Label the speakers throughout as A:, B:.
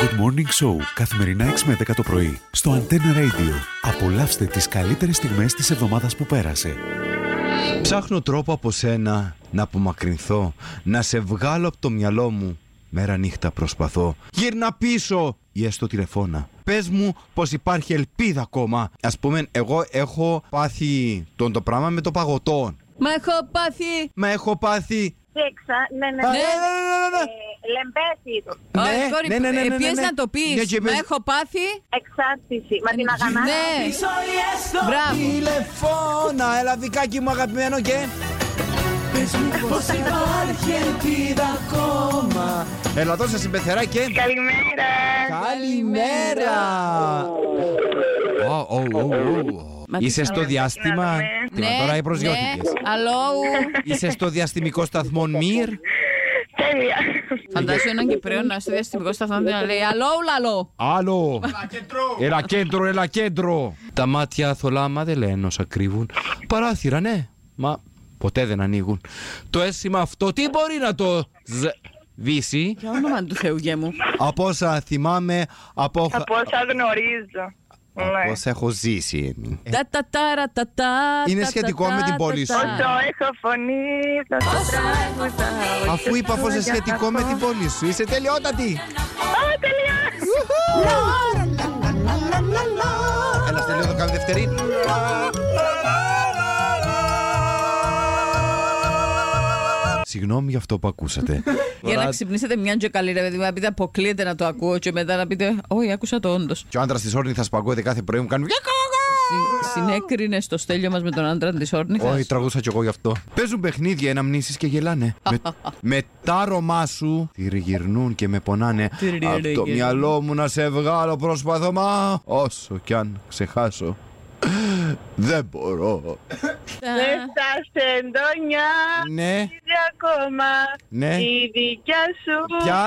A: Good Morning Show καθημερινά 6 με 10 το πρωί στο Antenna Radio. Απολαύστε τις καλύτερες στιγμές της εβδομάδας που πέρασε.
B: Ψάχνω τρόπο από σένα να απομακρυνθώ, να σε βγάλω από το μυαλό μου. Μέρα νύχτα προσπαθώ. Γύρνα πίσω! Ή έστω τηλεφώνα. Πες μου πως υπάρχει ελπίδα ακόμα. Ας πούμε, εγώ έχω πάθει τον το πράγμα με το παγωτό.
C: Μα έχω πάθει.
B: Μα έχω πάθει.
D: Κέξα, ναι, ναι,
B: Α,
D: ναι.
B: ναι, ναι, ναι.
D: Ε, λεμπέθη,
C: Όχι, κόρη,
B: ναι, ναι, ναι, ναι, ναι,
C: πιέζει
B: ναι.
C: να το πει.
B: Ναι, και
C: Μα
B: πες-
C: έχω πάθει.
D: εξάρτηση. Μα την αγανάκτηση.
C: Ναι. Μπράβο.
B: Τηλεφώνα, έλα δικάκι μου αγαπημένο και. Πες μου πως υπάρχει ελπίδα ακόμα. Έλα δώσε συμπεθερά και.
D: Καλημέρα.
B: Καλημέρα. Ω, ω, ω, ω.
C: Μα τι Ναι.
B: Είσαι στο
D: καλά,
B: διάστημα.
D: να δούμε.
B: Τι μα, Τώρα προσγειώθηκες.
C: Αλόου.
B: Είσαι στο διαστημικό σταθμό Μυρ.
D: Τέλεια.
C: Φαντάζομαι έναν Κυπρέο να είσαι διαστημικό σταθμό και να λέει Αλόου λαλό.
B: Άλλο! Έλα κέντρο, έλα κέντρο! Τα μάτια θολά, μα δεν λένε όσα κρύβουν. Παράθυρα, ναι, μα ποτέ δεν ανοίγουν. Το αίσθημα αυτό τι μπορεί να το σβήσει.
C: Για όνομα του Θεού γε μου.
B: Από όσα θυμάμαι, από,
D: Από όσα γνωρίζω. Ναι.
B: όσα έχω ζήσει. Έμι.
C: Τα τα τάρα τα τα.
B: Είναι
C: τα,
B: σχετικό
C: τα,
B: με την
C: τα,
B: πόλη
C: τα.
B: σου.
D: Όσο έχω φωνή, θα το τραγουδάω.
B: Αφού είπα πως είσαι σχετικό με την πόλη σου, είσαι τελειότατη.
D: Ω, τέλεια.
B: Έλα, σε λίγο το κάνω δευτερή. Συγγνώμη για αυτό που ακούσατε.
C: Για να ξυπνήσετε μια και καλή ρε παιδί μου, να πείτε αποκλείεται να το ακούω και μετά να πείτε Όχι, άκουσα το όντως.
B: Και ο άντρας της Όρνη θα σπαγκώεται κάθε πρωί μου κάνει.
C: Συνέκρινε το στέλιο μας με τον άντρα της Όρνηθα.
B: Όχι, τραγούσα κι εγώ γι' αυτό. Παίζουν παιχνίδια εναμνήσεις και γελάνε. με, με τα ρομά σου τριγυρνούν και με πονάνε.
C: Τριγυρνούν.
B: Από το μυαλό μου να σε βγάλω προσπαθώ, μα όσο κι αν ξεχάσω. Δεν μπορώ.
D: Δεν στα εντόνια.
B: ναι,
D: Και ακόμα
B: ναι.
D: η δικιά σου
B: Ποια?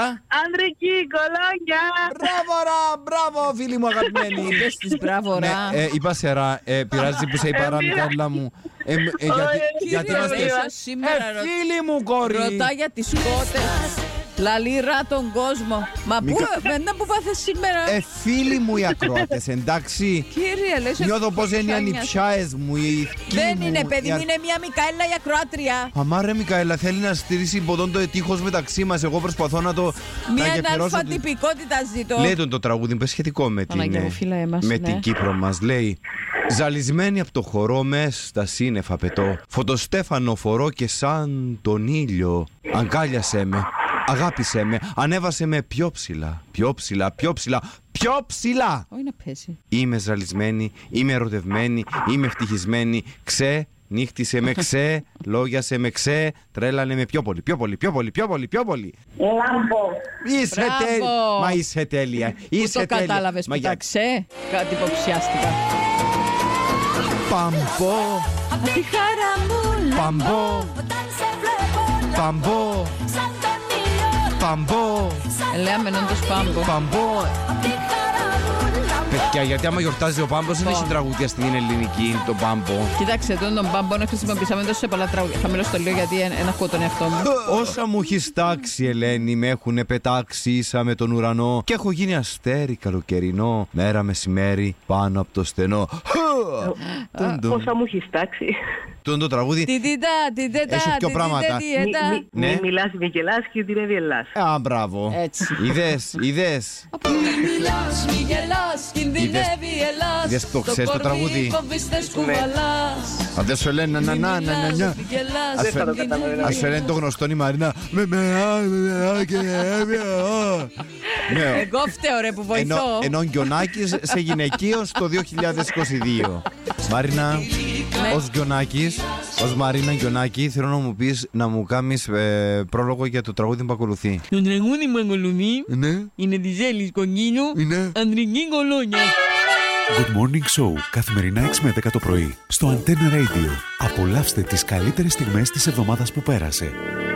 D: άνδρικη κολόνια.
B: Μπράβο, ρα, μπράβο, φίλοι μου αγαπημένοι.
C: Είπες τη μπράβο,
B: Ναι,
C: ρα.
B: ε, είπα σε ρα, ε, πειράζει που σε είπα ρα, Μιχάλα μου. Ε, ε, γιατί,
D: Ωραία,
B: γιατί
D: κύριε
B: είμαστε...
D: Ρωσία,
C: σήμερα
B: Ε,
C: ρω-
B: φίλοι μου, κόρη.
C: Ρωτά για τις κότες. Λαλίρα τον κόσμο. Μα πού, εμένα που πάθες σήμερα.
B: Ε, φίλοι μου οι ακροάτες, εντάξει.
C: Κύριε, λες.
B: Νιώθω πως είναι οι ανιψιάες μου, οι ηθικοί
C: Δεν
B: μου,
C: είναι, παιδί
B: οι
C: μου,
B: α-
C: είναι μια Μικαέλα η ακροάτρια.
B: Αμά ρε Μικαέλα, θέλει να στηρίσει υποδόν το ετείχος μεταξύ μας. Εγώ προσπαθώ να το... να
C: Μια
B: γεφυρώσω τη-
C: αλφατυπικότητα ζητώ.
B: Λέει τον το τραγούδι, πες σχετικό με την,
C: Παναγιά μου,
B: ε,
C: φύλαε μας,
B: με
C: ναι.
B: την Κύπρο μας. Λέει, ζαλισμένη από το χορό μες στα σύννεφα πετώ, φωτοστέφανο φορώ και σαν τον ήλιο. Αγκάλιασέ με, αγάπησέ με, ανέβασε με πιο ψηλά, πιο ψηλά, πιο ψηλά, πιο ψηλά.
C: Όχι να πέσει.
B: Είμαι ζαλισμένη, είμαι ερωτευμένη, είμαι ευτυχισμένη, ξέ, νύχτισε με ξέ, λόγιασε με ξέ, τρέλανε με πιο πολύ, πιο πολύ, πιο πολύ, πιο πολύ, πιο πολύ.
D: Λάμπο.
B: Είσαι
C: Μπράβο.
B: τέλεια. Μα είσαι τέλεια.
C: Πού
B: Είσαι
C: το
B: τέλεια.
C: κατάλαβες,
B: Μα για
C: κοιτάξε. Κάτι υποψιάστηκα.
B: Παμπό,
E: Απ' τη χαρά μου λα-
B: παμπό,
E: Όταν σε βλέπω λα-
B: παμπό,
E: Σαν τον ήλιο
B: παμπό,
E: Σαν
C: Ελέα με νόντο πάμπο.
B: παμπό.
E: Απ' τη χαρά μου λα-
B: Παιδιά, γιατί άμα γιορτάζει ο Πάμπος δεν έχει
C: Λοιπόν.
B: τραγούδια στην ελληνική, τον Πάμπο.
C: Κοίταξε, τον τον πάμπο να χρησιμοποιήσαμε τόσο σε πολλά τραγούδια. Θα μιλήσω το λίγο γιατί εν- εν ακούω τον εαυτό μου.
B: Όσα μου έχεις τάξει, Ελένη, με έχουν πετάξει ίσα με τον ουρανό. Και έχω γίνει αστέρι καλοκαιρινό, μέρα μεσημέρι πάνω από το στενό. Τον το-
D: Πόσα μου έχεις τάξει.
B: Τον το τραγούδι.
C: Τι τι τα, τι τι τα,
B: Έχεις πιο
C: τι τι
B: πράγματα.
C: τα, τι Ε, τα.
B: Ναι. μη
D: μιλάς, μη γελάς και δεν γελάς.
B: Ε, Α, μπράβο.
C: Έτσι.
B: Ιδέες, ιδέες.
C: Από μη μιλάς, μη γελάς, κινδυνεύει η Ελλάς
B: είδες το ξέρεις το τραγούδι.
C: φοβίστες
B: Ναι.
C: κουβαλάς
B: Αν δεν σου λένε να να να να να.
C: γελάς,
B: Ας φε-
C: κινδυνεύει.
B: Ας σου λένε το γνωστό η Μαρίνα. Με με α, με α και ε, με α. Ναι.
C: Εγώ φταίω ρε που
B: Ενώ,
C: βοηθώ
B: ενώ Γκιονάκης σε γυναικείο το 2022. Μαρίνα, ως Γκιονάκης, ως Μαρίνα Γκιονάκη, θέλω να μου πεις, να μου κάνεις ε, πρόλογο για το τραγούδι που ακολουθεί.
F: Το τραγούδι που ακολουθεί
B: Ναι,
F: είναι της Έλλης Κοκκίνου
B: είναι.
F: «Ανδρική κολόνια».
A: Good Morning Show καθημερινά 6 με 10 το πρωί στο Antenna Radio. Απολαύστε τις καλύτερες στιγμές της εβδομάδας που πέρασε.